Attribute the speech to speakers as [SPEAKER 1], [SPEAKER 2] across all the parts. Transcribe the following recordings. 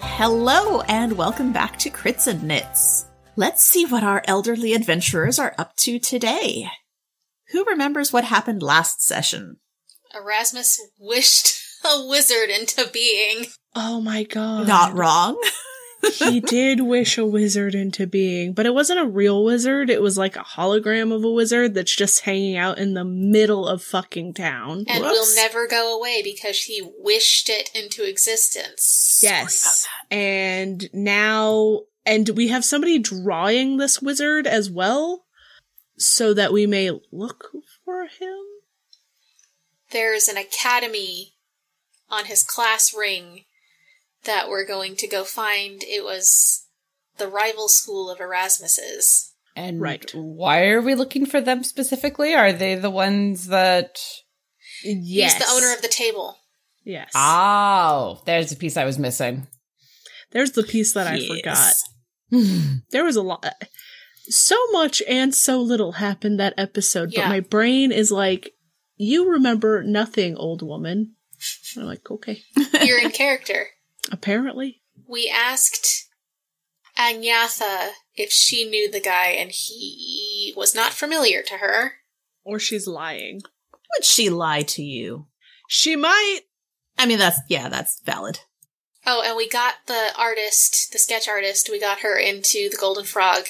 [SPEAKER 1] Hello, and welcome back to Crits and Knits. Let's see what our elderly adventurers are up to today. Who remembers what happened last session?
[SPEAKER 2] Erasmus wished a wizard into being.
[SPEAKER 3] Oh my god.
[SPEAKER 1] Not wrong.
[SPEAKER 3] he did wish a wizard into being, but it wasn't a real wizard. It was like a hologram of a wizard that's just hanging out in the middle of fucking town.
[SPEAKER 2] And
[SPEAKER 1] Whoops.
[SPEAKER 2] will never go away because he wished it into existence.
[SPEAKER 3] Yes. And now, and we have somebody drawing this wizard as well so that we may look for him.
[SPEAKER 2] There's an academy on his class ring that we're going to go find. It was the rival school of Erasmus's.
[SPEAKER 4] And
[SPEAKER 3] Right.
[SPEAKER 4] why are we looking for them specifically? Are they the ones that
[SPEAKER 3] Yes.
[SPEAKER 2] He's the owner of the table.
[SPEAKER 3] Yes.
[SPEAKER 4] Oh, there's a piece I was missing.
[SPEAKER 3] There's the piece that I
[SPEAKER 1] Yes.
[SPEAKER 3] forgot. there was a lot so much and so little happened that episode
[SPEAKER 2] Yeah.
[SPEAKER 3] but my brain is like you remember nothing old woman And i'm like okay
[SPEAKER 2] You're in character.
[SPEAKER 3] apparently
[SPEAKER 2] We asked Agnatha if she knew the guy, and he was not familiar to her.
[SPEAKER 3] or she's lying
[SPEAKER 1] Would she lie to you?
[SPEAKER 3] she might
[SPEAKER 1] I mean, that's, yeah, that's valid.
[SPEAKER 2] Oh, and we got the artist, the sketch artist, we got her into the Golden Frog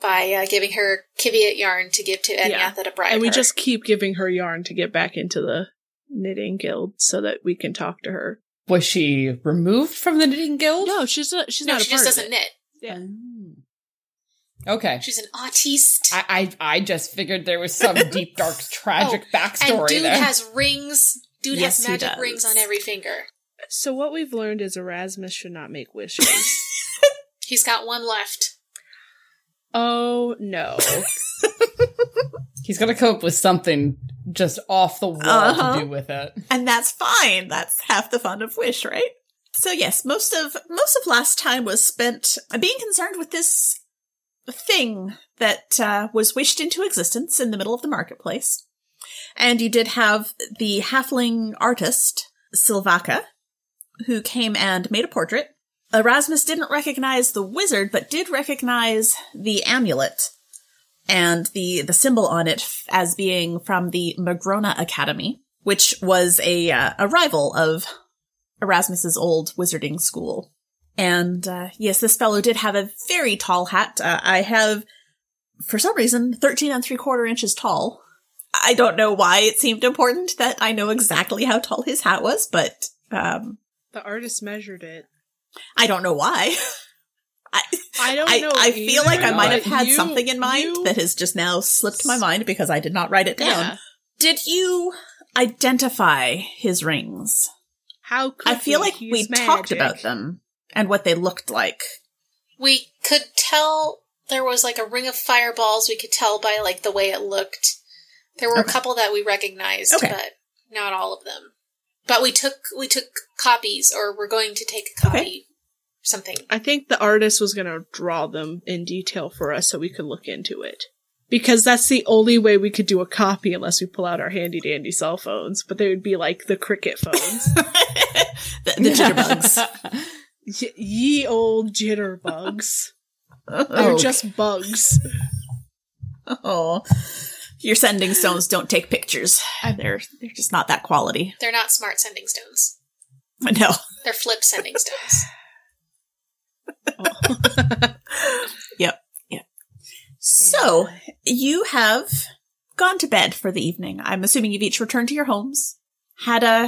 [SPEAKER 2] by uh, giving her Kiviat yarn to give to Agnatha
[SPEAKER 3] Yeah.
[SPEAKER 2] to bribe
[SPEAKER 3] and we
[SPEAKER 2] her.
[SPEAKER 3] just keep giving her yarn to get back into the knitting guild so that we can talk to her
[SPEAKER 4] Was she removed from the knitting guild?
[SPEAKER 3] no she's not she's
[SPEAKER 2] no,
[SPEAKER 3] not
[SPEAKER 2] she just doesn't knit.
[SPEAKER 3] yeah.
[SPEAKER 4] Okay.
[SPEAKER 2] She's an autiste.
[SPEAKER 4] I, I I just figured there was some deep, dark, tragic
[SPEAKER 2] Oh, and
[SPEAKER 4] backstory
[SPEAKER 2] dude
[SPEAKER 4] there.
[SPEAKER 2] has rings. Dude
[SPEAKER 1] Yes,
[SPEAKER 2] has
[SPEAKER 1] he
[SPEAKER 2] magic
[SPEAKER 1] does.
[SPEAKER 2] rings on every finger.
[SPEAKER 3] so what we've learned is erasmus should not make wishes
[SPEAKER 2] He's got one left.
[SPEAKER 3] oh no
[SPEAKER 4] He's gonna come up with something just off the wall
[SPEAKER 1] Uh-huh.
[SPEAKER 4] to do with it.
[SPEAKER 1] And that's fine. That's half the fun of Wish, right? So yes, most of, most of last time was spent being concerned with this thing that uh, was wished into existence in the middle of the marketplace. And you did have the halfling artist, Silvaca, who came and made a portrait. Erasmus didn't recognize the wizard, but did recognize the amulet and the, the symbol on it f- as being from the Magrona Academy, which was a, uh, a rival of Erasmus's old wizarding school. And uh, yes, this fellow did have a very tall hat. Uh, I have, for some reason, 13 and three quarter inches tall. I don't know why it seemed important that I know exactly how tall his hat was, but um,
[SPEAKER 3] the artist measured it
[SPEAKER 1] I don't know why. I,
[SPEAKER 3] i don't
[SPEAKER 1] I,
[SPEAKER 3] know
[SPEAKER 1] I feel
[SPEAKER 3] either,
[SPEAKER 1] like I might have
[SPEAKER 3] but
[SPEAKER 1] had
[SPEAKER 3] you-
[SPEAKER 1] something in mind
[SPEAKER 3] you-
[SPEAKER 1] that has just now slipped my mind because I did not write it down.
[SPEAKER 3] Yeah.
[SPEAKER 1] Did you identify his rings?
[SPEAKER 3] How could
[SPEAKER 1] I feel like we talked about them and what they looked like.
[SPEAKER 2] We could tell there was like a ring of fireballs. We could tell by like the way it looked. There were
[SPEAKER 1] Okay.
[SPEAKER 2] a couple that we recognized,
[SPEAKER 1] Okay.
[SPEAKER 2] but not all of them. But we took we took copies, or we're going to take a copy,
[SPEAKER 1] Okay.
[SPEAKER 2] something.
[SPEAKER 3] I think the artist was going to draw them in detail for us so we could look into it. Because that's the only way we could do a copy unless we pull out our handy dandy cell phones, but they would be like the cricket phones.
[SPEAKER 1] The, the jitterbugs.
[SPEAKER 3] Y- ye old jitterbugs. They're
[SPEAKER 4] Oh.
[SPEAKER 3] just bugs.
[SPEAKER 1] oh, your sending stones don't take pictures. They're they're just not that quality.
[SPEAKER 2] They're not smart sending stones.
[SPEAKER 1] No.
[SPEAKER 2] They're flip sending stones.
[SPEAKER 1] So you have gone to bed for the evening. I'm assuming you've each returned to your homes, had a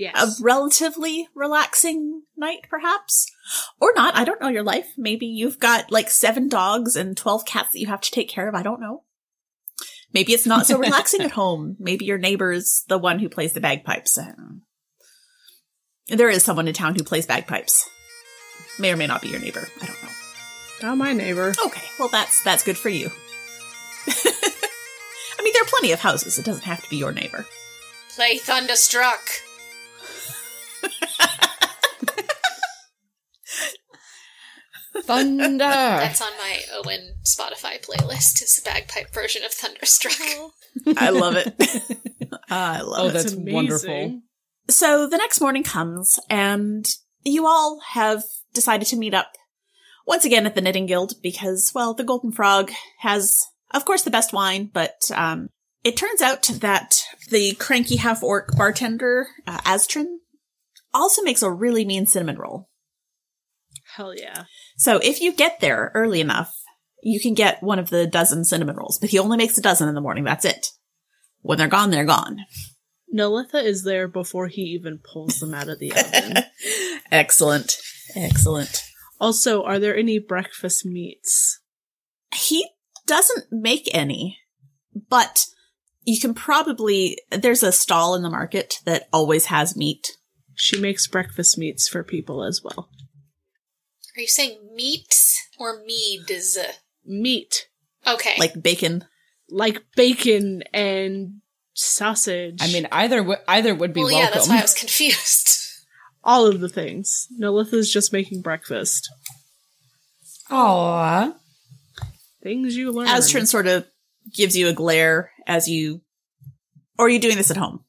[SPEAKER 1] a
[SPEAKER 3] Yes.
[SPEAKER 1] relatively relaxing night, perhaps? Or not. I don't know your life. Maybe you've got like seven dogs and 12 cats that you have to take care of. I don't know. Maybe it's not so relaxing at home. Maybe your neighbor's the one who plays the bagpipes. I don't know. There is someone in town who plays bagpipes. May or may not be your neighbor. I don't know.
[SPEAKER 3] Not my neighbor.
[SPEAKER 1] Okay, well that's that's good for you. I mean, there are plenty of houses. It doesn't have to be your neighbor.
[SPEAKER 2] Play Thunderstruck.
[SPEAKER 1] Uh.
[SPEAKER 4] Thunder.
[SPEAKER 2] That's on my Owen Spotify playlist. Is the bagpipe version of Thunderstruck.
[SPEAKER 1] I love it. I love
[SPEAKER 4] Oh,
[SPEAKER 1] it.
[SPEAKER 4] that's wonderful.
[SPEAKER 1] So the next morning comes and you all have decided to meet up once again at the Knitting Guild because, well, the Golden Frog has, of course, the best wine, but um, it turns out that the cranky half orc bartender, uh, Astrin, also makes a really mean cinnamon roll.
[SPEAKER 3] Hell yeah.
[SPEAKER 1] So if you get there early enough, you can get one of the dozen cinnamon rolls, but he only makes a dozen in the morning. That's it. When they're gone, they're gone.
[SPEAKER 3] Nolitha is there before he even pulls them out of the oven.
[SPEAKER 1] Excellent. Excellent.
[SPEAKER 3] Also, are there any breakfast meats?
[SPEAKER 1] He doesn't make any, but you can probably, there's a stall in the market that always has meat.
[SPEAKER 3] She makes breakfast meats for people as well.
[SPEAKER 2] Are you saying meats or meads?
[SPEAKER 3] Meat,
[SPEAKER 2] Okay.
[SPEAKER 1] like bacon.
[SPEAKER 3] like bacon and sausage.
[SPEAKER 4] I mean, either w- either would be
[SPEAKER 2] well, yeah,
[SPEAKER 4] welcome.
[SPEAKER 2] that's why I was confused.
[SPEAKER 3] all of the things. Nolitha's just making breakfast.
[SPEAKER 4] Aw.
[SPEAKER 3] Things you learn.
[SPEAKER 1] Astrin sort of gives you a glare as you, or are you doing this at home?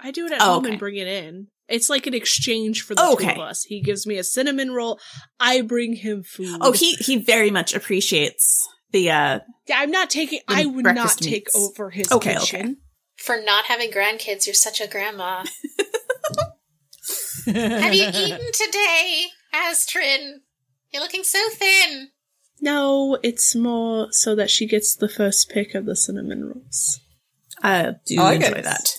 [SPEAKER 3] I do it at
[SPEAKER 1] Oh,
[SPEAKER 3] home
[SPEAKER 1] okay.
[SPEAKER 3] and bring it in. It's like an exchange for the two
[SPEAKER 1] Okay.
[SPEAKER 3] of us. He gives me a cinnamon roll. I bring him food.
[SPEAKER 1] Oh, he, he very much appreciates the, uh,
[SPEAKER 3] Yeah, I'm not taking.
[SPEAKER 1] The
[SPEAKER 3] I would not
[SPEAKER 1] breakfast
[SPEAKER 3] take
[SPEAKER 1] meats.
[SPEAKER 3] over his
[SPEAKER 1] Okay, okay.
[SPEAKER 3] kitchen.
[SPEAKER 2] For not having grandkids, you're such a grandma. Have you eaten today, Astrin? You're looking so thin.
[SPEAKER 3] No, it's more so that she gets the first pick of the cinnamon rolls.
[SPEAKER 1] I uh, do
[SPEAKER 4] Oh, I like
[SPEAKER 1] enjoy
[SPEAKER 4] it.
[SPEAKER 1] that.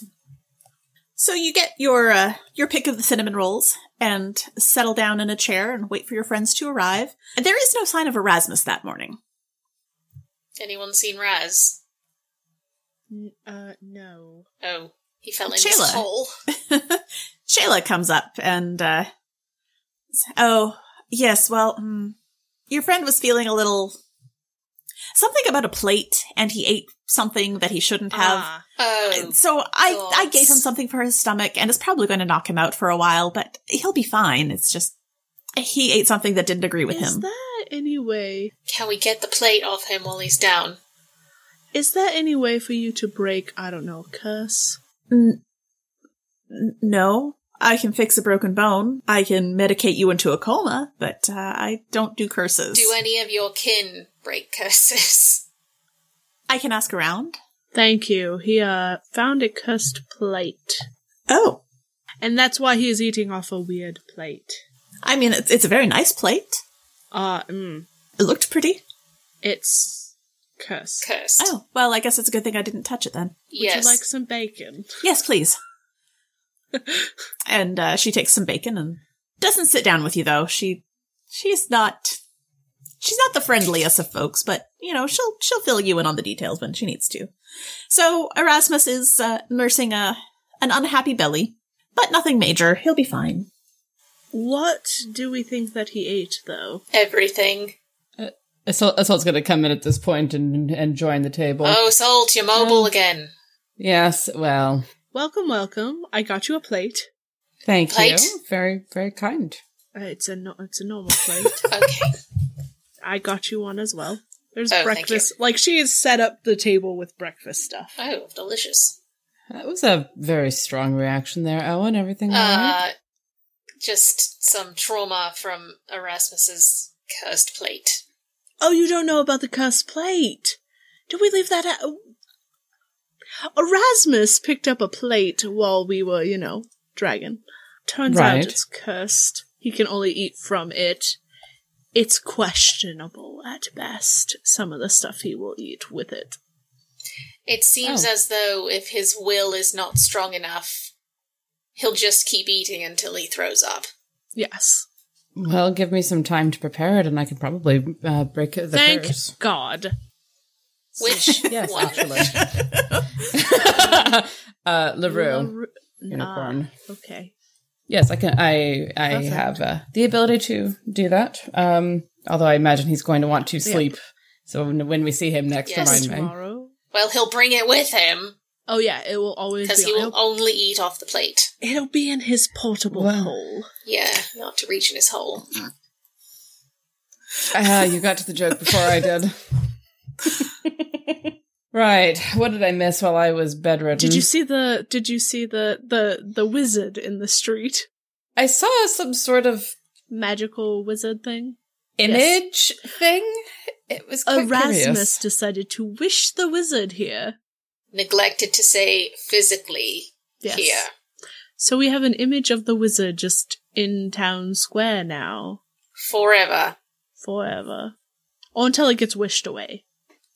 [SPEAKER 1] So you get your uh, your pick of the cinnamon rolls and settle down in a chair and wait for your friends to arrive. And there is no sign of Erasmus that morning.
[SPEAKER 2] Anyone seen Raz?
[SPEAKER 3] N- uh, no.
[SPEAKER 2] Oh, he fell in his
[SPEAKER 1] Shayla.
[SPEAKER 2] hole.
[SPEAKER 1] Shayla comes up and uh, s- oh yes, well, mm, your friend was feeling a little something about a plate, and he ate something that he shouldn't have.
[SPEAKER 3] Ah,
[SPEAKER 2] Oh,
[SPEAKER 1] So I I
[SPEAKER 2] God.
[SPEAKER 1] gave him something for his stomach, and it's probably going to knock him out for a while, but he'll be fine. It's just he ate something that didn't agree with
[SPEAKER 3] is
[SPEAKER 1] him.
[SPEAKER 3] that any way?
[SPEAKER 2] can we get the plate off him while he's down?
[SPEAKER 3] Is that any way for you to break? I don't know. Curse.
[SPEAKER 1] N- n- no, I can fix a broken bone. I can medicate you into a coma, but uh, I don't do curses.
[SPEAKER 2] Do any of your kin break curses?
[SPEAKER 1] I can ask around.
[SPEAKER 3] Thank you. He uh found a cursed plate,
[SPEAKER 1] Oh,
[SPEAKER 3] and that's why he is eating off a weird plate.
[SPEAKER 1] I mean, it's, it's a very nice plate.
[SPEAKER 3] Uh, mm,
[SPEAKER 1] It looked pretty.
[SPEAKER 3] it's cursed.
[SPEAKER 2] Cursed.
[SPEAKER 1] Oh, well, I guess it's a good thing I didn't touch it then.
[SPEAKER 3] Would
[SPEAKER 2] yes.
[SPEAKER 3] you like some bacon?
[SPEAKER 1] Yes, please. and uh, she takes some bacon and doesn't sit down with you though. She she's not she's not the friendliest of folks, but you know she'll she'll fill you in on the details when she needs to. So Erasmus is uh, nursing a an unhappy belly, but nothing major. He'll be fine.
[SPEAKER 3] What do we think that he ate, though?
[SPEAKER 2] Everything.
[SPEAKER 4] Assault, Assault's going to come in at this point and and join the table.
[SPEAKER 2] Oh, Salt, you're mobile again.
[SPEAKER 4] Yes, well,
[SPEAKER 3] Welcome, welcome. I got you a plate.
[SPEAKER 4] thank
[SPEAKER 2] Plate?
[SPEAKER 4] you. Very, very kind.
[SPEAKER 3] Uh, it's a no- it's a normal plate.
[SPEAKER 2] Okay.
[SPEAKER 3] I got you one as well. There's
[SPEAKER 2] Oh, thank
[SPEAKER 3] breakfast. Like she has set up the table with breakfast stuff.
[SPEAKER 2] oh, delicious.
[SPEAKER 4] That was a very strong reaction there, Owen. Everything all right?
[SPEAKER 2] Uh, just some trauma from Erasmus's cursed plate.
[SPEAKER 3] Oh, you don't know about the cursed plate. Did we leave that out? Erasmus picked up a plate while we were, you know, dragon. Turns
[SPEAKER 4] Right.
[SPEAKER 3] out it's cursed. He can only eat from it. It's questionable at best, some of the stuff he will eat with it.
[SPEAKER 2] It seems
[SPEAKER 4] Oh.
[SPEAKER 2] as though if his will is not strong enough, he'll just keep eating until he throws up.
[SPEAKER 3] Yes.
[SPEAKER 4] Well, give me some time to prepare it, and I could probably uh, break the
[SPEAKER 3] Thank
[SPEAKER 4] curse.
[SPEAKER 3] God.
[SPEAKER 2] Which
[SPEAKER 4] Yes,
[SPEAKER 2] one?
[SPEAKER 4] actually. uh, Larue
[SPEAKER 3] Ru-
[SPEAKER 4] unicorn.
[SPEAKER 3] Ah, okay.
[SPEAKER 4] Yes, I can. I I
[SPEAKER 3] Perfect.
[SPEAKER 4] have uh, the ability to do that. Um, although I imagine he's going to want to sleep. So when when we see him next,
[SPEAKER 2] Yes.
[SPEAKER 4] remind me.
[SPEAKER 3] Tomorrow.
[SPEAKER 2] Well, he'll bring it with him
[SPEAKER 3] Oh yeah, it will always
[SPEAKER 2] because
[SPEAKER 3] be.
[SPEAKER 2] he will
[SPEAKER 3] it'll,
[SPEAKER 2] only eat off the plate.
[SPEAKER 3] it'll be in his portable
[SPEAKER 4] Wow.
[SPEAKER 3] hole.
[SPEAKER 2] Yeah, not to reach in his hole.
[SPEAKER 4] Ah, you got to the joke before I did. right. What did I miss while I was bedridden?
[SPEAKER 3] Did you see the did you see the the the wizard in the street?
[SPEAKER 4] I saw some sort of
[SPEAKER 3] Magical wizard thing.
[SPEAKER 4] image thing. It was quite
[SPEAKER 3] Erasmus
[SPEAKER 4] curious.
[SPEAKER 3] decided to wish the wizard here.
[SPEAKER 2] Neglected to say physically
[SPEAKER 3] Yes.
[SPEAKER 2] here.
[SPEAKER 3] So we have an image of the wizard just in town square now,
[SPEAKER 2] Forever.
[SPEAKER 3] forever, or until it gets wished away.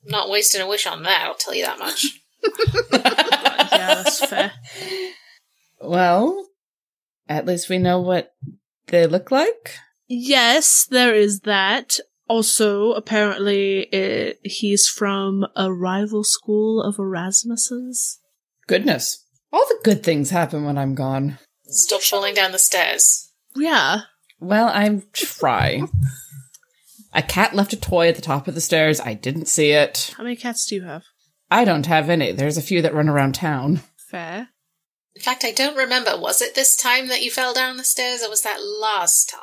[SPEAKER 2] Not wasting a wish on that, I'll tell you that much.
[SPEAKER 3] Yeah, that's fair.
[SPEAKER 4] Well, at least we know what they look like.
[SPEAKER 3] Yes, there is that. Also, apparently, it, he's from a rival school of Erasmus's.
[SPEAKER 4] Goodness. All the good things happen when I'm gone.
[SPEAKER 2] Still falling down the stairs.
[SPEAKER 3] Yeah,
[SPEAKER 4] Well, I'm try. a cat left a toy at the top of the stairs. I didn't see it.
[SPEAKER 3] how many cats do you have?
[SPEAKER 4] I don't have any. There's a few that run around town.
[SPEAKER 3] Fair.
[SPEAKER 2] In fact, I don't remember. Was it this time that you fell down the stairs, or was that last time?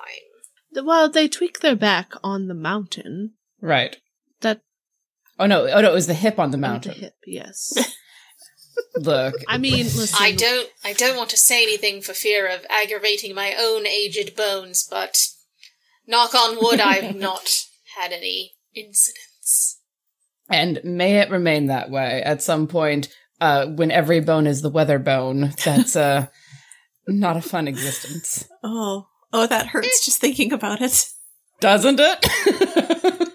[SPEAKER 3] The- Well, they tweak their back on the mountain.
[SPEAKER 4] Right.
[SPEAKER 3] That
[SPEAKER 4] Oh no. Oh no. It was the hip on the
[SPEAKER 3] on the
[SPEAKER 4] mountain.
[SPEAKER 3] hip, yes.
[SPEAKER 4] Look.
[SPEAKER 3] I mean, listen.
[SPEAKER 2] I don't. I don't want to say anything for fear of aggravating my own aged bones, but knock on wood, I've not had any incidents.
[SPEAKER 4] And may it remain that way. At some point, uh, when every bone is the weather bone, that's uh, not a fun existence,
[SPEAKER 1] Oh, oh, that hurts just thinking about it.
[SPEAKER 4] doesn't it?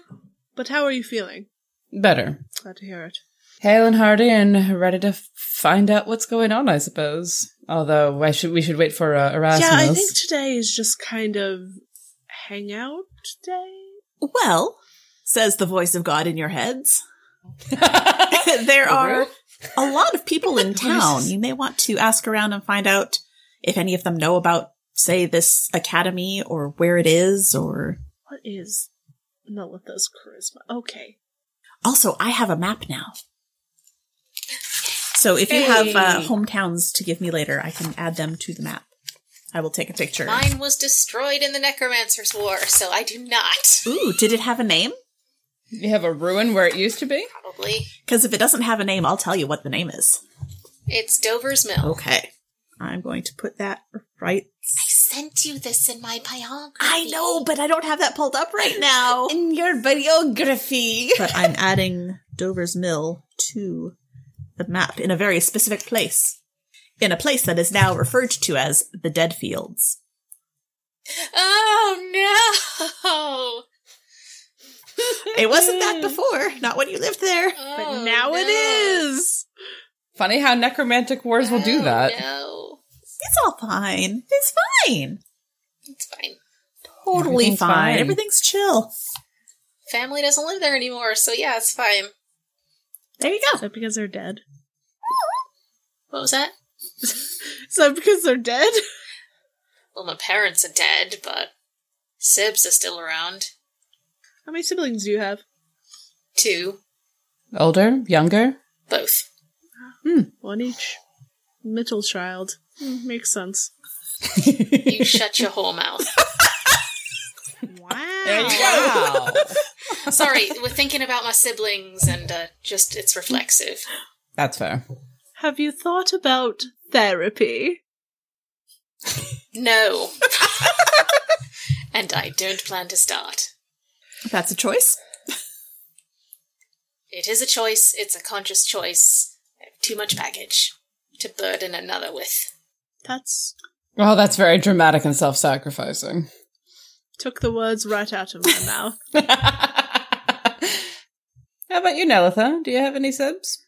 [SPEAKER 3] But how are you feeling?
[SPEAKER 4] Better.
[SPEAKER 3] Glad to hear it.
[SPEAKER 4] Hale and hearty and ready to find out what's going on, I suppose. Although I should, we should wait for uh, Erasmus.
[SPEAKER 3] Yeah, I think today is just kind of hangout day.
[SPEAKER 1] Well, says the voice of God in your heads, there are a lot of people in town. You may want to ask around and find out if any of them know about, say, this academy or where it is or.
[SPEAKER 3] What is Nelitha's charisma? Okay.
[SPEAKER 1] Also, I have a map now. So if you have uh,
[SPEAKER 4] Hey.
[SPEAKER 1] hometowns to give me later, I can add them to the map. I will take a picture.
[SPEAKER 2] Mine was destroyed in the Necromancer's War, so I do not.
[SPEAKER 1] Ooh, did it have a name?
[SPEAKER 4] you have a ruin where it used to be.
[SPEAKER 2] Probably
[SPEAKER 1] Because if it doesn't have a name, I'll tell you what the name is.
[SPEAKER 2] it's Dover's Mill.
[SPEAKER 3] Oh.
[SPEAKER 1] Okay. I'm going to put that right.
[SPEAKER 2] I sent you this in my biography.
[SPEAKER 1] I know, but I don't have that pulled up right now.
[SPEAKER 4] In your biography.
[SPEAKER 1] but I'm adding Dover's Mill to the map in a very specific place. In a place that is now referred to as the Dead Fields.
[SPEAKER 2] Oh no!
[SPEAKER 1] It wasn't that
[SPEAKER 4] Mm-hmm.
[SPEAKER 1] before, not when you lived there.
[SPEAKER 2] Oh,
[SPEAKER 3] But now it
[SPEAKER 2] no.
[SPEAKER 3] is.
[SPEAKER 4] Funny how necromantic wars will do
[SPEAKER 2] Oh,
[SPEAKER 4] that.
[SPEAKER 2] No,
[SPEAKER 1] It's all fine. It's fine.
[SPEAKER 2] it's fine.
[SPEAKER 1] Totally
[SPEAKER 4] Everything's
[SPEAKER 1] fine.
[SPEAKER 4] fine.
[SPEAKER 1] Everything's chill.
[SPEAKER 2] Family doesn't live there anymore, so yeah, it's fine.
[SPEAKER 1] There you
[SPEAKER 3] Is
[SPEAKER 1] go.
[SPEAKER 3] that because they're dead?
[SPEAKER 2] What was that?
[SPEAKER 3] Is that because they're dead?
[SPEAKER 2] Well, my parents are dead, but Sibs are still around.
[SPEAKER 3] How many siblings do you have?
[SPEAKER 2] Two,
[SPEAKER 4] Older, younger.
[SPEAKER 2] both.
[SPEAKER 3] One each. Middle child. Hmm, makes sense.
[SPEAKER 2] You shut your whole mouth.
[SPEAKER 3] Wow.
[SPEAKER 4] Wow.
[SPEAKER 2] Sorry, we're thinking about my siblings, and uh, just it's reflexive.
[SPEAKER 4] That's fair.
[SPEAKER 3] Have you thought about therapy?
[SPEAKER 2] No, and I don't plan to start.
[SPEAKER 1] That's a choice.
[SPEAKER 2] It is a choice. It's a conscious choice. I have too much baggage to burden another with.
[SPEAKER 3] That's
[SPEAKER 4] Well, that's very dramatic and self-sacrificing.
[SPEAKER 3] took the words right out of my mouth.
[SPEAKER 4] how about you, Nelitha? Do you have any sibs?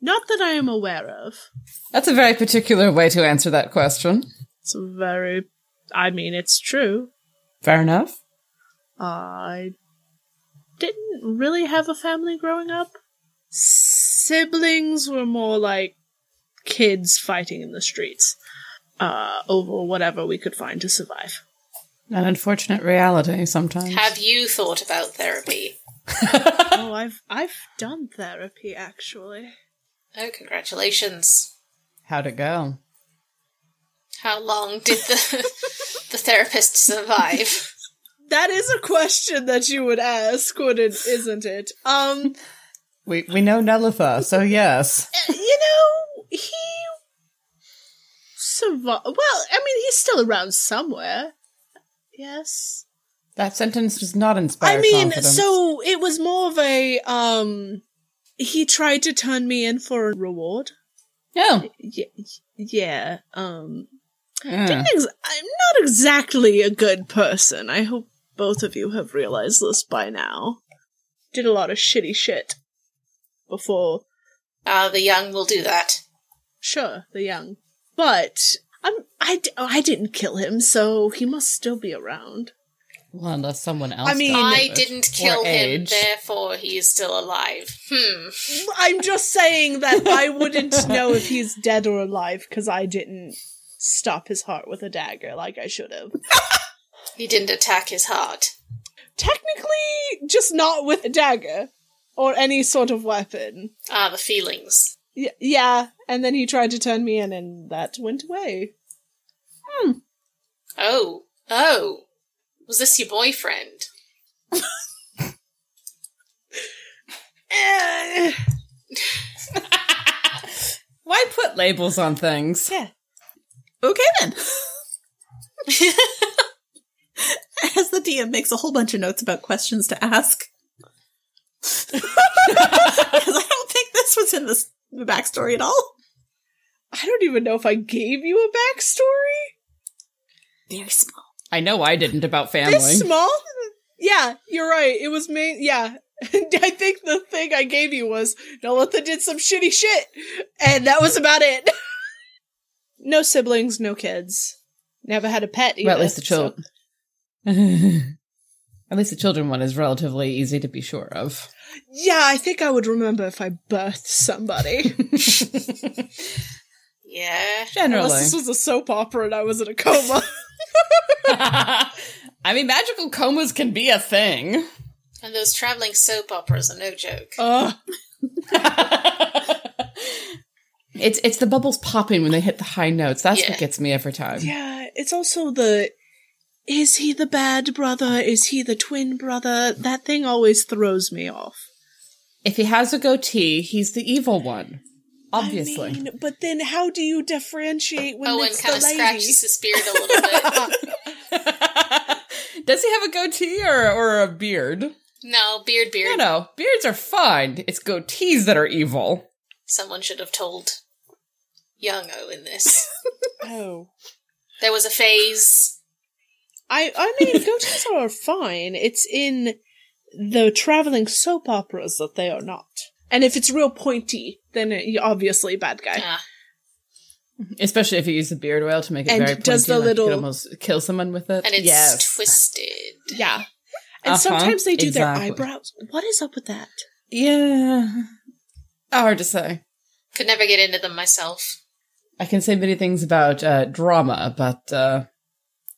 [SPEAKER 3] Not that I am aware of.
[SPEAKER 4] That's a very particular way to answer that question.
[SPEAKER 3] It's very. I mean, it's true.
[SPEAKER 4] Fair enough.
[SPEAKER 3] I didn't really have a family growing up. Siblings were more like kids fighting in the streets uh, over whatever we could find to survive.
[SPEAKER 4] An unfortunate reality sometimes.
[SPEAKER 2] Have you thought about therapy?
[SPEAKER 3] oh, I've I've done therapy actually.
[SPEAKER 2] Oh, congratulations.
[SPEAKER 4] How'd it go?
[SPEAKER 2] How long did the the therapist survive?
[SPEAKER 3] That is a question that you would ask, wouldn't isn't it? Um,
[SPEAKER 4] We we know Nelitha, so yes.
[SPEAKER 3] you know, he survived. Well, I mean, he's still around somewhere. Yes.
[SPEAKER 4] That sentence does not inspire
[SPEAKER 3] I mean,
[SPEAKER 4] confidence.
[SPEAKER 3] so it was more of a um he tried to turn me in for a reward.
[SPEAKER 4] Oh,
[SPEAKER 3] Yeah, yeah. Um
[SPEAKER 4] yeah.
[SPEAKER 3] ex- I'm not exactly a good person. I hope both of you have realized this by now. Did a lot of shitty shit before
[SPEAKER 2] Uh, the young will do that.
[SPEAKER 3] sure, the young. But I'm I d- oh, I didn't kill him, so he must still be around.
[SPEAKER 4] Well, unless someone else.
[SPEAKER 3] I mean-
[SPEAKER 4] does
[SPEAKER 2] I
[SPEAKER 4] it,
[SPEAKER 2] didn't
[SPEAKER 4] or
[SPEAKER 2] kill him,
[SPEAKER 4] age.
[SPEAKER 2] therefore he is still alive. Hmm.
[SPEAKER 3] I'm just saying that I wouldn't know if he's dead or alive because I didn't stop his heart with a dagger like I should have.
[SPEAKER 2] He didn't attack his heart.
[SPEAKER 3] Technically, just not with a dagger or any sort of weapon.
[SPEAKER 2] Ah, the feelings.
[SPEAKER 3] Y- yeah, and then he tried to turn me in, and that went away.
[SPEAKER 2] Oh. Oh. Was this your boyfriend?
[SPEAKER 3] Eh,
[SPEAKER 4] Why put labels on things?
[SPEAKER 3] yeah.
[SPEAKER 1] Okay then. As the DM makes a whole bunch of notes about questions to ask. 'Cause I don't think this was in this, the backstory at all.
[SPEAKER 3] I don't even know if I gave you a backstory.
[SPEAKER 1] Very small.
[SPEAKER 4] I know I didn't about family.
[SPEAKER 3] This small? Yeah, you're right. It was me. Yeah. I think the thing I gave you was Nolitha did some shitty shit, and that was about it. no siblings, no kids. Never had a pet either.
[SPEAKER 4] well, at least the
[SPEAKER 3] so-
[SPEAKER 4] children. at least the children one is relatively easy to be sure of.
[SPEAKER 3] Yeah, I think I would remember if I birthed somebody.
[SPEAKER 2] Yeah.
[SPEAKER 4] Generally,
[SPEAKER 3] Unless this was a soap opera and I was in a coma.
[SPEAKER 4] I mean, magical comas can be a thing.
[SPEAKER 2] And those traveling soap operas are no joke.
[SPEAKER 3] Ugh.
[SPEAKER 4] it's it's the bubbles popping when they hit the high notes. That's
[SPEAKER 2] Yeah.
[SPEAKER 4] what gets me every time.
[SPEAKER 3] Yeah, it's also the is he the bad brother? Is he the twin brother? That thing always throws me off.
[SPEAKER 4] If he has a goatee, he's the evil one. Obviously.
[SPEAKER 3] I mean, but then how do you differentiate when
[SPEAKER 2] Owen
[SPEAKER 3] it's the
[SPEAKER 2] kind of
[SPEAKER 3] lady?
[SPEAKER 2] scratches his beard a little bit.
[SPEAKER 4] Does he have a goatee or, or a beard?
[SPEAKER 2] no, beard,
[SPEAKER 4] No,
[SPEAKER 2] beard.
[SPEAKER 4] no. Beards are fine. It's goatees that are evil.
[SPEAKER 2] Someone should have told young Owen this.
[SPEAKER 3] Oh,
[SPEAKER 2] there was a phase.
[SPEAKER 3] I I mean, goatees are fine. It's in the traveling soap operas that they are not. And if it's real pointy, then you obviously a bad guy.
[SPEAKER 2] Ah,
[SPEAKER 4] Especially if you use the beard oil to make it
[SPEAKER 3] And
[SPEAKER 4] very
[SPEAKER 3] does
[SPEAKER 4] pointy,
[SPEAKER 3] the
[SPEAKER 4] like you could
[SPEAKER 3] little-
[SPEAKER 4] almost kill someone with it.
[SPEAKER 2] and it's
[SPEAKER 4] yes.
[SPEAKER 2] twisted.
[SPEAKER 3] Yeah. And
[SPEAKER 4] Uh-huh,
[SPEAKER 3] sometimes they do
[SPEAKER 4] exactly.
[SPEAKER 3] their eyebrows. What is up with that?
[SPEAKER 4] yeah. Hard to say.
[SPEAKER 2] Could never get into them myself.
[SPEAKER 4] I can say many things about uh, drama, but uh,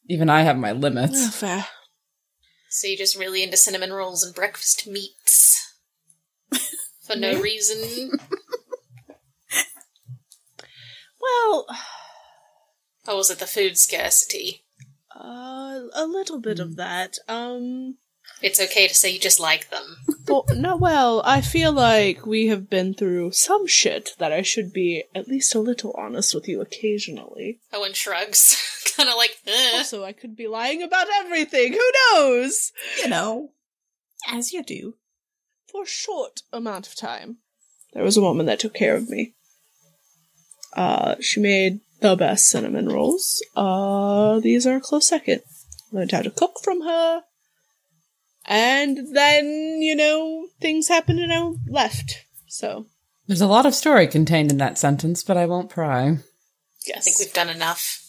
[SPEAKER 4] even I have my
[SPEAKER 3] Oh,
[SPEAKER 4] limits.
[SPEAKER 3] fair.
[SPEAKER 2] So you're just really into cinnamon rolls and breakfast meats. For no reason.
[SPEAKER 3] Well,
[SPEAKER 2] Or was it the food scarcity?
[SPEAKER 3] Uh, a little bit
[SPEAKER 4] Hmm.
[SPEAKER 3] of that. Um,
[SPEAKER 2] It's okay to say you just like them.
[SPEAKER 3] well, no, well, I feel like we have been through some shit that I should be at least a little honest with you occasionally.
[SPEAKER 2] Owen Oh, shrugs, kind of like, "Ugh."
[SPEAKER 3] Also, I could be lying about everything. Who knows?
[SPEAKER 1] You know, as you do.
[SPEAKER 3] For a short amount of time, there was a woman that took care of me. Uh, she made the best cinnamon rolls. Uh, these are a close second. Learned how to cook from her. And then, you know, things happened and I left. So,
[SPEAKER 4] There's a lot of story contained in that sentence, but I won't pry.
[SPEAKER 3] yes.
[SPEAKER 2] I think we've done enough.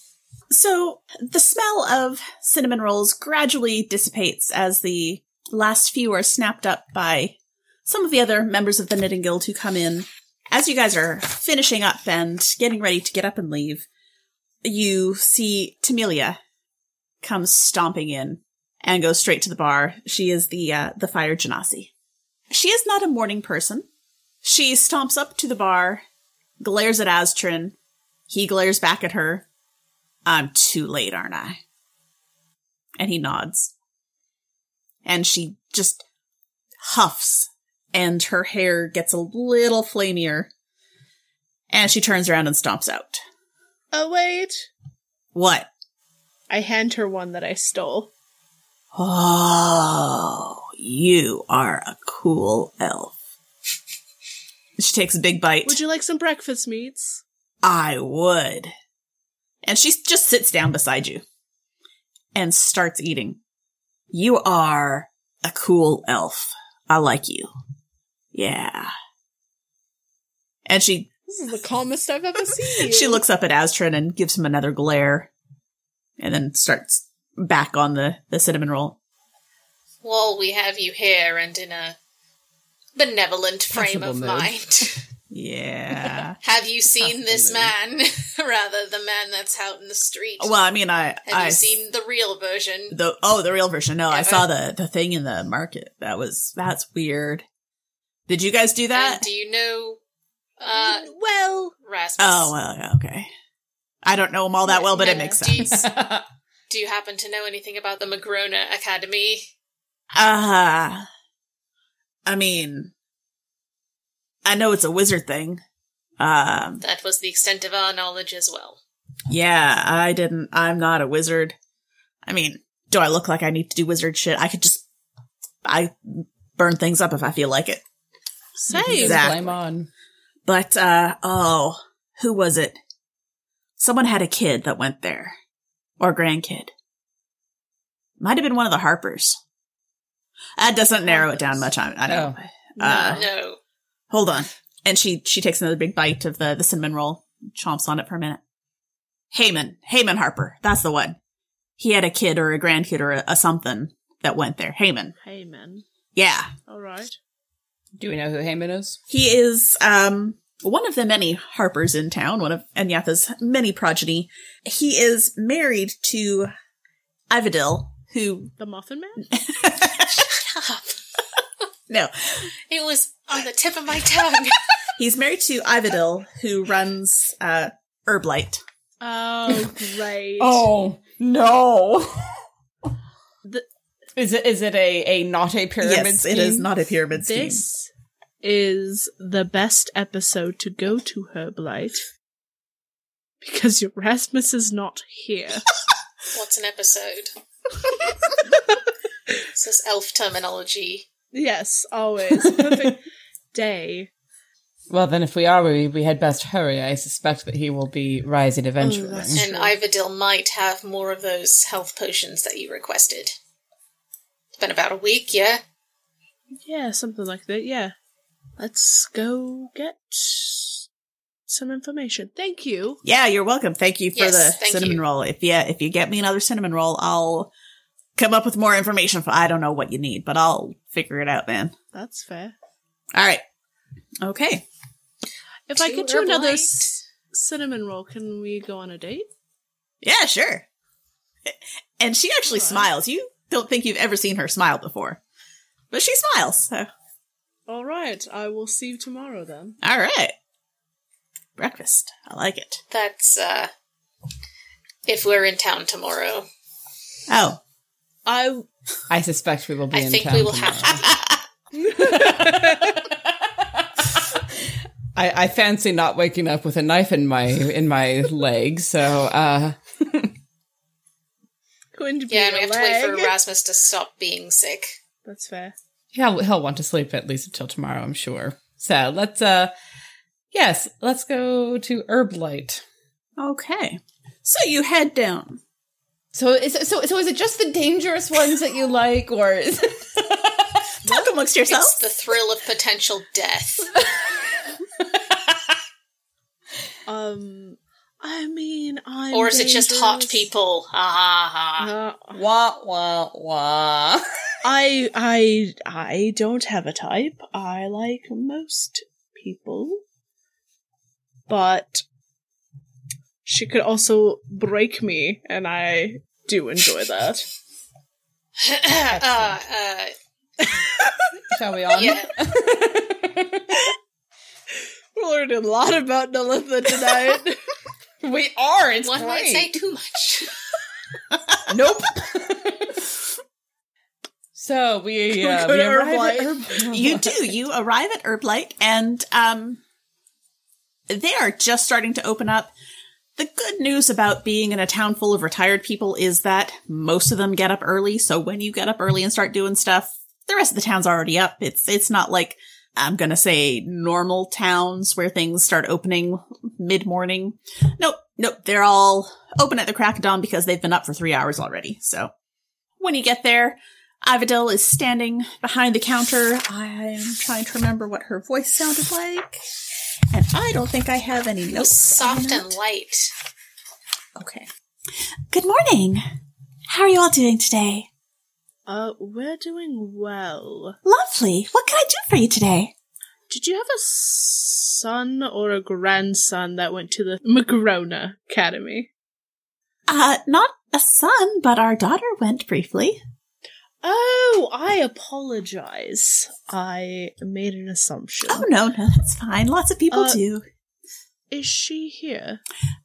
[SPEAKER 1] So the smell of cinnamon rolls gradually dissipates as the last few are snapped up by some of the other members of the knitting guild who come in. As you guys are finishing up and getting ready to get up and leave, you see Tamelia comes stomping in and goes straight to the bar. She is the uh, the fire genasi. She is not a morning person. She stomps up to the bar, glares at Astrin. He glares back at her. I'm too late, aren't I? And he nods. And she just huffs, and her hair gets a little flamier. And she turns around and stomps out.
[SPEAKER 3] Oh, wait.
[SPEAKER 1] What?
[SPEAKER 3] I hand her one that I stole.
[SPEAKER 1] Oh, you are a cool elf. She takes a big bite.
[SPEAKER 3] Would you like some breakfast meats?
[SPEAKER 1] I would. And she just sits down beside you and starts eating. You are a cool elf. I like you. Yeah. And she
[SPEAKER 3] This is the calmest I've ever seen. you.
[SPEAKER 1] she looks up at Astrin and gives him another glare and then starts back on the, the cinnamon roll.
[SPEAKER 2] Well, we have you here and in a benevolent frame
[SPEAKER 4] Touchable
[SPEAKER 2] of
[SPEAKER 4] mood.
[SPEAKER 2] mind.
[SPEAKER 1] Yeah.
[SPEAKER 2] have you seen this man?
[SPEAKER 4] Touchable
[SPEAKER 2] Rather, the man that's out in the street.
[SPEAKER 1] well, I mean, I
[SPEAKER 2] have
[SPEAKER 1] I
[SPEAKER 2] you seen the real version?
[SPEAKER 1] the oh the real version. No, I
[SPEAKER 2] Yeah.
[SPEAKER 1] saw the the thing in the market. That was that's weird. Did you guys do that?
[SPEAKER 2] And do you know uh,
[SPEAKER 3] well,
[SPEAKER 2] Rasmus?
[SPEAKER 1] Oh well, yeah, okay. I don't know him all that well, but it
[SPEAKER 2] Yeah.
[SPEAKER 1] makes
[SPEAKER 2] Do you-
[SPEAKER 1] sense.
[SPEAKER 2] Do you happen to know anything about the Magrona Academy?
[SPEAKER 1] Uh, I mean, I know it's a wizard thing. Um,
[SPEAKER 2] That was the extent of our knowledge as well.
[SPEAKER 1] yeah, I didn't. I'm not a wizard. I mean, do I look like I need to do wizard shit? I could just, I burn things up if I feel like it.
[SPEAKER 3] same.
[SPEAKER 1] Exactly.
[SPEAKER 4] Blame on.
[SPEAKER 1] But uh oh, who was it? Someone had a kid that went there. Or grandkid. Might have been one of the Harpers. That doesn't narrow it down much, I, I know. Uh,
[SPEAKER 2] No.
[SPEAKER 1] Hold on. And she she takes another big bite of the, the cinnamon roll, chomps on it for a minute. Heyman. Heyman Harper. That's the one. He had a kid or a grandkid or a, a something that went there. Heyman.
[SPEAKER 3] Hey, man.
[SPEAKER 1] Yeah.
[SPEAKER 3] All right.
[SPEAKER 4] Do we know who Heyman is?
[SPEAKER 1] He is um one of the many Harpers in town, one of Anyatha's many progeny. He is married to Ivadil, who
[SPEAKER 3] The Muffin Man?
[SPEAKER 1] no,
[SPEAKER 2] It was on the tip of my tongue.
[SPEAKER 1] he's married to Ivadil, who runs uh Herblight.
[SPEAKER 3] Oh, great.
[SPEAKER 4] Oh no!
[SPEAKER 3] The-
[SPEAKER 4] is it is it a a not a pyramid?
[SPEAKER 1] yes, it is not a pyramid scheme.
[SPEAKER 3] This is the best episode to go to Herblight because Erasmus is not here.
[SPEAKER 2] What's an episode? this is elf terminology.
[SPEAKER 3] yes, always. Perfect day.
[SPEAKER 4] Well, then, if we are, we we had best hurry. I suspect that he will be rising eventually.
[SPEAKER 3] that's-
[SPEAKER 2] And
[SPEAKER 3] Sure.
[SPEAKER 2] Ivadil might have more of those health potions that you requested. It's been about a week, yeah?
[SPEAKER 3] Yeah, something like that. Yeah. Let's go get some information. Thank you.
[SPEAKER 1] Yeah, you're welcome. Thank you for
[SPEAKER 2] Yes,
[SPEAKER 1] the
[SPEAKER 2] thank
[SPEAKER 1] cinnamon
[SPEAKER 2] you.
[SPEAKER 1] roll. If yeah, if you get me another cinnamon roll, I'll come up with more information for I don't know what you need, but I'll figure it out, man.
[SPEAKER 3] That's fair.
[SPEAKER 1] All right. Okay.
[SPEAKER 3] If I
[SPEAKER 2] To
[SPEAKER 3] get you another
[SPEAKER 2] Herblight.
[SPEAKER 3] s- cinnamon roll, can we go on a date?
[SPEAKER 1] Yeah, sure. And she actually
[SPEAKER 3] All right.
[SPEAKER 1] smiles. You don't think you've ever seen her smile before. But she smiles. So,
[SPEAKER 3] All right. I will see you tomorrow then.
[SPEAKER 1] all right. Breakfast. I like it.
[SPEAKER 2] That's, uh, if we're in town tomorrow.
[SPEAKER 1] Oh.
[SPEAKER 3] I
[SPEAKER 4] I suspect we will be.
[SPEAKER 2] I
[SPEAKER 4] in
[SPEAKER 2] think
[SPEAKER 4] town
[SPEAKER 2] we will
[SPEAKER 4] tomorrow.
[SPEAKER 2] have to.
[SPEAKER 4] I, I fancy not waking up with a knife in my in my leg. So uh,
[SPEAKER 3] going to be
[SPEAKER 2] Yeah, and we
[SPEAKER 3] a
[SPEAKER 2] have to wait for
[SPEAKER 3] leg.
[SPEAKER 2] Erasmus to stop being sick.
[SPEAKER 3] That's fair.
[SPEAKER 4] yeah, he'll- he'll want to sleep at least until tomorrow, I'm sure. So let's. uh Yes, let's go to Herblight.
[SPEAKER 1] Okay. So you head down.
[SPEAKER 4] So, is, so, so is it just the dangerous ones that you like, or is
[SPEAKER 1] Talk amongst yourselves.
[SPEAKER 2] It's the thrill of potential death.
[SPEAKER 3] Um, I mean, I
[SPEAKER 2] or is it just hot people? Ha ha ha.
[SPEAKER 3] Uh,
[SPEAKER 4] wah wah wah?
[SPEAKER 3] I I I don't have a type. I like most people, but she could also break me, and I do enjoy that.
[SPEAKER 2] uh, uh,
[SPEAKER 4] Shall we on?
[SPEAKER 2] yeah.
[SPEAKER 3] We're learning a lot about Nalitha tonight.
[SPEAKER 4] We are. It's
[SPEAKER 2] One might say too much.
[SPEAKER 4] nope. so we, uh,
[SPEAKER 3] Go
[SPEAKER 4] we
[SPEAKER 3] to
[SPEAKER 4] arrive at Herb-
[SPEAKER 1] you do. You arrive at Herblight, and um, they are just starting to open up. The good news about being in a town full of retired people is that most of them get up early. So when you get up early and start doing stuff, the rest of the town's already up. It's, it's not like, I'm going to say normal towns where things start opening mid morning. Nope. Nope. They're all open at the crack of dawn because they've been up for three hours already. So when you get there, Ivadil is standing behind the counter. I'm trying to remember what her voice sounded like. And I don't think I have any
[SPEAKER 2] It was
[SPEAKER 1] notes. on
[SPEAKER 2] soft
[SPEAKER 1] it.
[SPEAKER 2] and light.
[SPEAKER 1] Okay. Good morning. How are you all doing today?
[SPEAKER 3] Uh, we're doing well.
[SPEAKER 1] Lovely. What can I do for you today?
[SPEAKER 3] Did you have a son or a grandson that went to the Magrona Academy?
[SPEAKER 1] Uh, not a son, but our daughter went briefly.
[SPEAKER 3] Oh, I apologize. I made an assumption.
[SPEAKER 1] Oh no, no, that's fine. Lots of people
[SPEAKER 3] Uh,
[SPEAKER 1] do.
[SPEAKER 3] Is she here?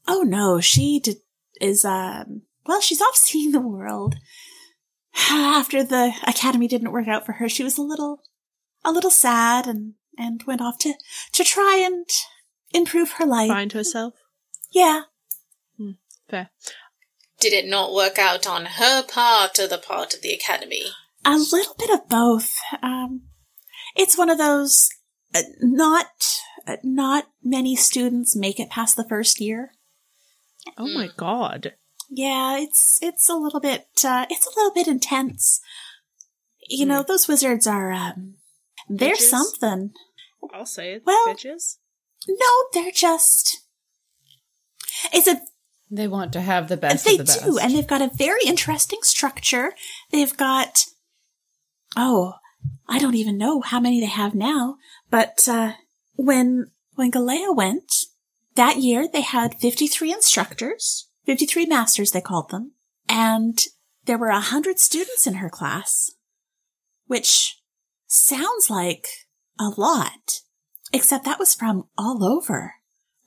[SPEAKER 1] Oh no, she did, is um well, she's off seeing the world. After the academy didn't work out for her, she was a little a little sad and and went off to to try and improve her life.
[SPEAKER 3] Find herself?
[SPEAKER 1] Yeah.
[SPEAKER 3] Fair.
[SPEAKER 2] Did it not work out on her part or the part of the academy?
[SPEAKER 1] A little bit of both. Um, it's one of those uh, not uh, not many students make it past the first year.
[SPEAKER 3] Oh my god.
[SPEAKER 1] Yeah, it's it's a little bit uh, it's a little bit intense. You know, those wizards are um, they're
[SPEAKER 3] Bitches?
[SPEAKER 1] something.
[SPEAKER 3] I'll say it,
[SPEAKER 1] Well-
[SPEAKER 3] bitches.
[SPEAKER 1] No, they're just. It's a
[SPEAKER 4] They want to have the best
[SPEAKER 1] they
[SPEAKER 4] of the best.
[SPEAKER 1] do, and they've got a very interesting structure. They've got oh, I don't even know how many they have now, but uh, when when Galea went that year, they had fifty three instructors, fifty three masters, they called them, and there were a hundred students in her class, which sounds like a lot, except that was from all over,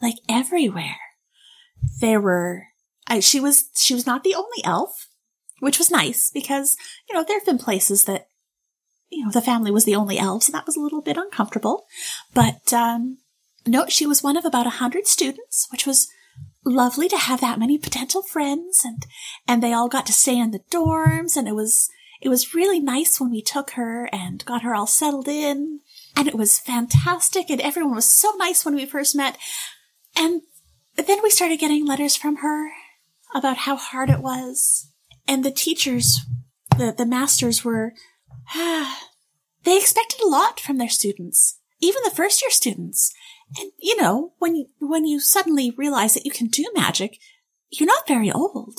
[SPEAKER 1] like everywhere. There were I, she was she was not the only elf, which was nice because you know there have been places that you know the family was the only elves, and that was a little bit uncomfortable. But um, no, she was one of about a hundred students, which was lovely to have that many potential friends, and and they all got to stay in the dorms, and it was it was really nice when we took her and got her all settled in, and it was fantastic, and everyone was so nice when we first met, and. Then we started getting letters from her about how hard it was. And the teachers, the, the masters were, ah, they expected a lot from their students, even the first year students. And you know, when you, when you suddenly realize that you can do magic, you're not very old.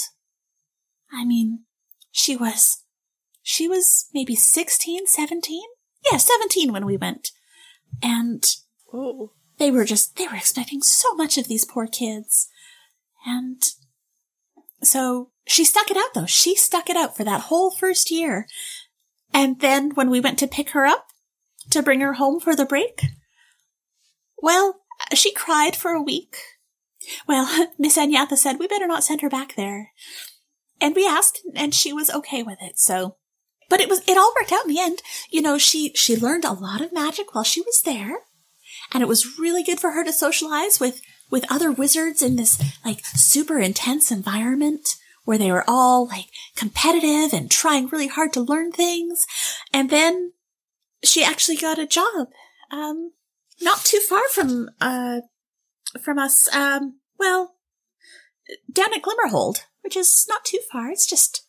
[SPEAKER 1] I mean, she was, she was maybe 16, 17? Yeah, 17 when we went. And
[SPEAKER 3] Oh.
[SPEAKER 1] they were just they were expecting so much of these poor kids and so she stuck it out though she stuck it out for that whole first year and then when we went to pick her up to bring her home for the break well she cried for a week well miss anyatha said we better not send her back there and we asked and she was okay with it so but it was it all worked out in the end you know she she learned a lot of magic while she was there and it was really good for her to socialize with with other wizards in this like super intense environment where they were all like competitive and trying really hard to learn things and then she actually got a job um not too far from uh from us um well down at glimmerhold which is not too far it's just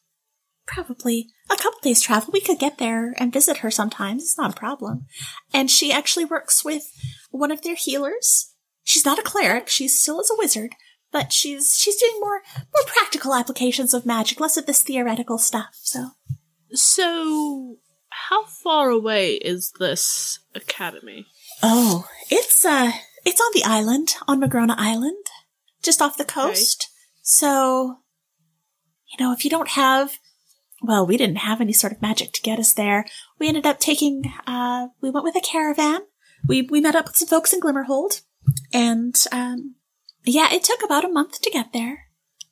[SPEAKER 1] probably a couple days travel we could get there and visit her sometimes it's not a problem and she actually works with one of their healers. She's not a cleric, she still is a wizard, but she's she's doing more more practical applications of magic, less of this theoretical stuff. So
[SPEAKER 3] So, how far away is this academy?
[SPEAKER 1] Oh, it's uh it's on the island, on Magrona Island, just off the coast. So you know, if you don't have well, we didn't have any sort of magic to get us there. We ended up taking uh we went with a caravan. We we met up with some folks in Glimmerhold and um yeah, it took about a month to get there.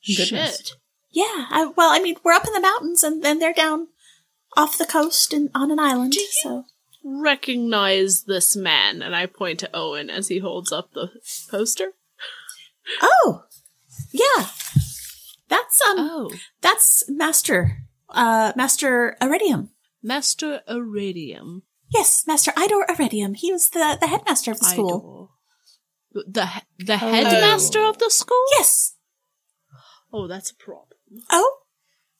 [SPEAKER 4] Goodness.
[SPEAKER 3] Shit.
[SPEAKER 1] Yeah, I, well, I mean, we're up in the mountains, and then they're down off the coast and on an island. So
[SPEAKER 3] Recognize this man, and I point to Owen as he holds up the poster.
[SPEAKER 1] oh, Yeah. That's um
[SPEAKER 5] Oh,
[SPEAKER 1] that's Master uh Master Iridium.
[SPEAKER 5] Master Iridium.
[SPEAKER 1] Yes, Master Idor Iridium. He was the, the headmaster of the school.
[SPEAKER 5] Idol. The he- the headmaster of the school.
[SPEAKER 1] Yes.
[SPEAKER 3] Oh, that's a problem.
[SPEAKER 1] Oh?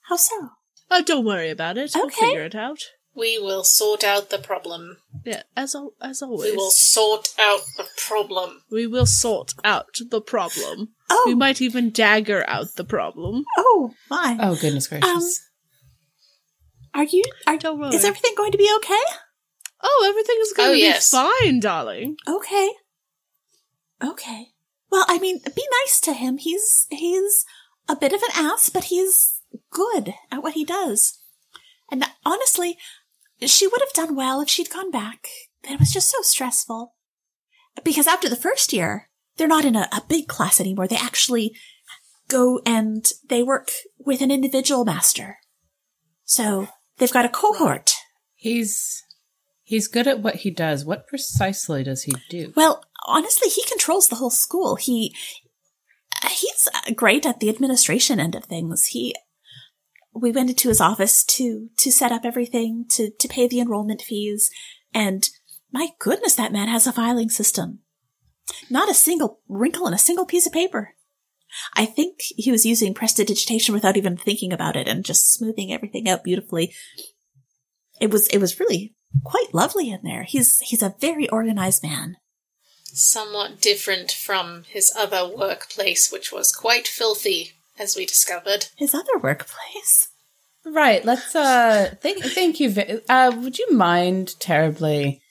[SPEAKER 1] How so?
[SPEAKER 3] Oh, don't worry about it. We'll
[SPEAKER 1] Okay.
[SPEAKER 3] figure it out.
[SPEAKER 2] We will sort out the problem.
[SPEAKER 3] Yeah, as al- as
[SPEAKER 2] We will
[SPEAKER 3] always,
[SPEAKER 2] sort out the problem.
[SPEAKER 3] we will sort out the problem.
[SPEAKER 1] Oh,
[SPEAKER 3] We might Uh, even dagger out the problem.
[SPEAKER 1] oh my.
[SPEAKER 4] Oh, goodness gracious.
[SPEAKER 1] Um, Are you are
[SPEAKER 3] Don't worry.
[SPEAKER 1] is everything going to be okay?
[SPEAKER 3] oh, everything is going
[SPEAKER 2] Oh,
[SPEAKER 3] to
[SPEAKER 2] yes.
[SPEAKER 3] be fine, darling.
[SPEAKER 1] Okay. Okay. Well, I mean, be nice to him. He's he's a bit of an ass, but he's good at what he does. And honestly, she would have done well if she'd gone back. It was just so stressful. Because after the first year, they're not in a, a big class anymore. They actually go and they work with an individual master. So they've got a cohort.
[SPEAKER 4] he's he's good at what he does. What precisely does he do?
[SPEAKER 1] Well, honestly, he controls the whole school. He uh, he's uh, great at the administration end of things. He we went into his office to to set up everything, to to pay the enrollment fees, and my goodness, that man has a filing system. Not a single wrinkle in a single piece of paper. I think he was using prestidigitation without even thinking about it and just smoothing everything out beautifully. It was it was really quite lovely in there. He's he's a very organized man.
[SPEAKER 2] Somewhat different from his other workplace, which was quite filthy, as we discovered.
[SPEAKER 1] his other workplace.
[SPEAKER 4] Right. Let's. Uh. Thank. Thank you. ve- Uh. Would you mind terribly,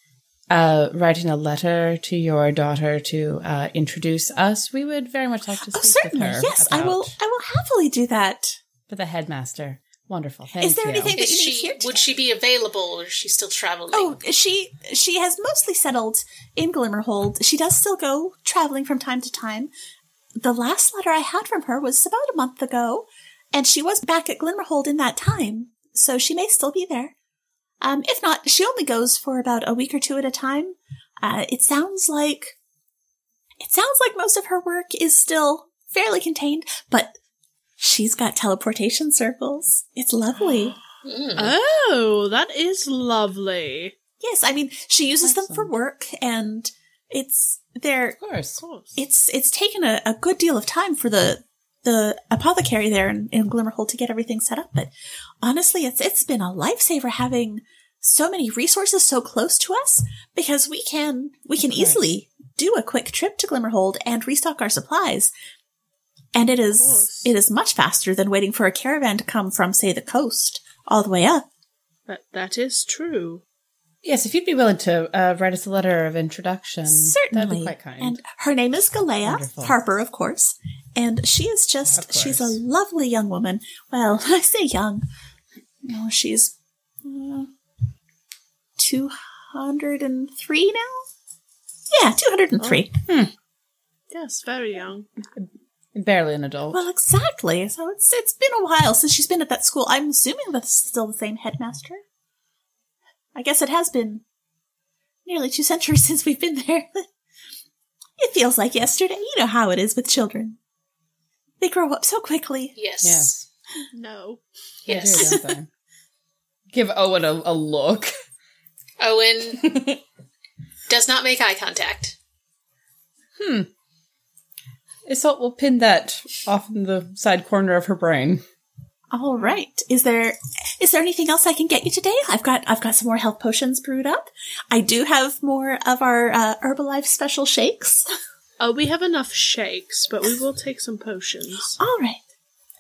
[SPEAKER 4] uh, writing a letter to your daughter to uh, introduce us? We would very much like to
[SPEAKER 1] Oh,
[SPEAKER 4] speak
[SPEAKER 1] certainly.
[SPEAKER 4] with her.
[SPEAKER 1] Yes, I will.
[SPEAKER 4] about-
[SPEAKER 1] I will happily do that.
[SPEAKER 4] For the headmaster. Wonderful. Thank
[SPEAKER 1] there
[SPEAKER 4] you.
[SPEAKER 1] anything- But
[SPEAKER 2] Is
[SPEAKER 1] you need
[SPEAKER 2] she
[SPEAKER 1] here to-
[SPEAKER 2] would she be available or is she still traveling?
[SPEAKER 1] Oh, she she has mostly settled in Glimmerhold. She does still go traveling from time to time. The last letter I had from her was about a month ago, and she was back at Glimmerhold in that time, so she may still be there. Um, if not, she only goes for about a week or two at a time. Uh, it sounds like it sounds like most of her work is still fairly contained, but she's got teleportation circles. It's lovely.
[SPEAKER 2] Mm.
[SPEAKER 3] Oh, that is lovely.
[SPEAKER 1] Yes, I mean she uses them for
[SPEAKER 4] Excellent.
[SPEAKER 1] work, and it's they're
[SPEAKER 4] Of course.
[SPEAKER 1] it's it's taken a, a good deal of time for the the apothecary there in, in Glimmerhold to get everything set up. But honestly, it's it's been a lifesaver having so many resources so close to us because we can we can
[SPEAKER 4] course.
[SPEAKER 1] easily do a quick trip to Glimmerhold and restock our supplies. And it is
[SPEAKER 3] course.
[SPEAKER 1] it is much faster than waiting for a caravan to come from say the coast all the way up.
[SPEAKER 3] That that is true.
[SPEAKER 4] Yes. If you'd be willing to uh, write us a letter of introduction, that'd
[SPEAKER 1] Certainly.
[SPEAKER 4] be quite kind.
[SPEAKER 1] And her name is Galea
[SPEAKER 4] Wonderful.
[SPEAKER 1] Harper, of course. And she is
[SPEAKER 4] Of
[SPEAKER 1] just,
[SPEAKER 4] course.
[SPEAKER 1] she's a lovely young woman. Well, I say young. No, she's uh, 203 now? Yeah,
[SPEAKER 4] Oh,
[SPEAKER 1] 203.
[SPEAKER 3] Yes, very young.
[SPEAKER 4] Barely an adult.
[SPEAKER 1] Well, exactly. So it's it's been a while since she's been at that school. I'm assuming that's still the same headmaster. I guess it has been nearly two centuries since we've been there. it feels like yesterday. You know how it is with children. They grow up so quickly.
[SPEAKER 2] Yes.
[SPEAKER 4] Yes.
[SPEAKER 3] No.
[SPEAKER 4] They do,
[SPEAKER 2] Yes.
[SPEAKER 4] don't they? Give Owen a, a look.
[SPEAKER 2] Owen does not make eye contact.
[SPEAKER 4] Isolt will pin that off in the side corner of her brain.
[SPEAKER 1] All right. Is there is there anything else I can get you today? I've got I've got some more health potions brewed up. I do have more of our uh, Herbalife special shakes.
[SPEAKER 3] Oh, we have enough shakes, but we will take some potions.
[SPEAKER 1] All right.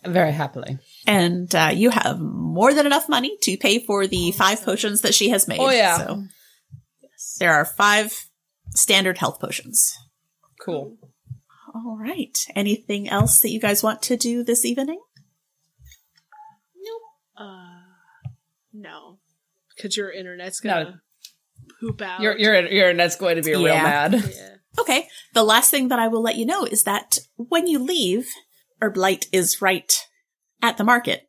[SPEAKER 4] Very happily.
[SPEAKER 1] and uh, you have more than enough money to pay for the five potions that she has made.
[SPEAKER 4] Oh, yeah.
[SPEAKER 1] so there are five standard health potions.
[SPEAKER 4] Cool.
[SPEAKER 1] All right. Anything else that you guys want to do this evening?
[SPEAKER 3] Uh, no, because your internet's
[SPEAKER 4] No.
[SPEAKER 3] gonna poop out.
[SPEAKER 4] Your your your internet's going to be real
[SPEAKER 1] Yeah.
[SPEAKER 4] mad.
[SPEAKER 3] yeah.
[SPEAKER 1] Okay. The last thing that I will let you know is that when you leave, Herblight is right at the market,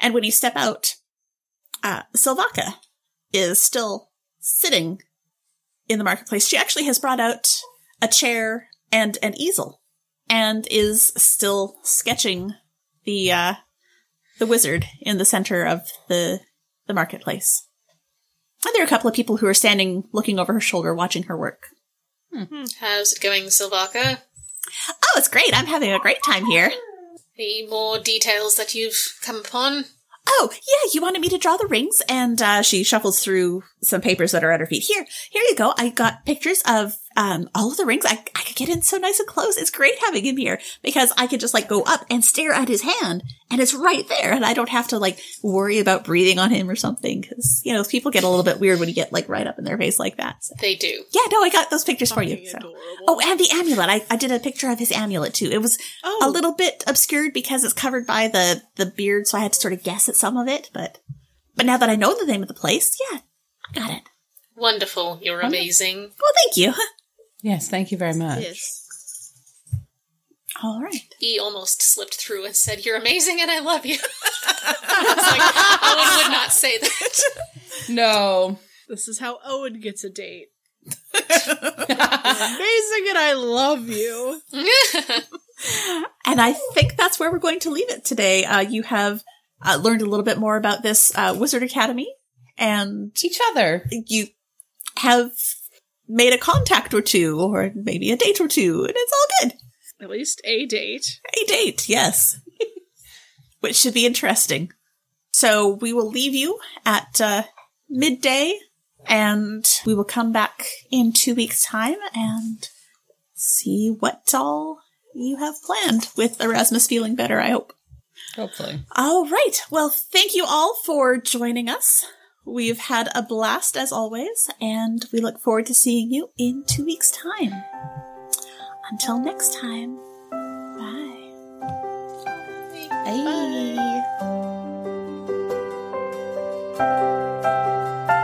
[SPEAKER 1] and when you step out, uh, Silvaca is still sitting in the marketplace. She actually has brought out a chair and an easel and is still sketching the uh, the wizard in the center of the the marketplace. And there are a couple of people who are standing looking over her shoulder watching her work.
[SPEAKER 2] How's it going, Silvaka?
[SPEAKER 1] Oh, it's great. I'm having a great time here.
[SPEAKER 2] Any more details that you've come upon?
[SPEAKER 1] Oh, yeah, you wanted me to draw the rings, and uh, she shuffles through some papers that are at her feet. Here, here you go. I got pictures of um, all of the rings. I, I could get in so nice and close. It's great having him here because I could just like go up and stare at his hand, and it's right there, and I don't have to like worry about breathing on him or something. Because you know, people get a little bit weird when you get like right up in their face like that. So,
[SPEAKER 2] They do.
[SPEAKER 1] yeah, no, I got those pictures for you.
[SPEAKER 3] Fucking
[SPEAKER 1] so.
[SPEAKER 3] adorable.
[SPEAKER 1] Oh, and the amulet. I, I did a picture of his amulet too. It was
[SPEAKER 3] Oh.
[SPEAKER 1] a little bit obscured because it's covered by the the beard, so I had to sort of guess at some of it. But but now that I know the name of the place, yeah, I got it.
[SPEAKER 2] Wonderful. You're amazing.
[SPEAKER 1] Well, thank you.
[SPEAKER 4] Yes, thank you very much.
[SPEAKER 3] Yes.
[SPEAKER 1] All right.
[SPEAKER 2] E almost slipped through and said, You're amazing and I love you. I was like, Owen would not say that.
[SPEAKER 4] No.
[SPEAKER 3] This is how Owen gets a date. Amazing, and I love you.
[SPEAKER 1] And I think that's where we're going to leave it today. Uh, you have uh, learned a little bit more about this uh, Wizard Academy, and
[SPEAKER 4] Each other.
[SPEAKER 1] you have made a contact or two, or maybe a date or two, and it's all good.
[SPEAKER 3] At least a date.
[SPEAKER 1] A date, yes. Which should be interesting. So we will leave you at uh, midday and we will come back in two weeks' time and see what all you have planned with Erasmus feeling better, I hope.
[SPEAKER 4] Hopefully.
[SPEAKER 1] All right. Well, thank you all for joining us. We've had a blast as always, and we look forward to seeing you in two weeks' time. Until next time, bye. Bye.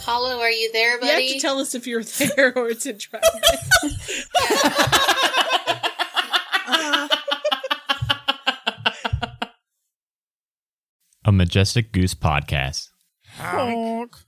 [SPEAKER 2] Hollow, are you there,
[SPEAKER 3] You have
[SPEAKER 2] buddy?
[SPEAKER 3] to tell us if you're there or it's in traffic.
[SPEAKER 6] A Majestic Goose podcast.
[SPEAKER 7] Honk.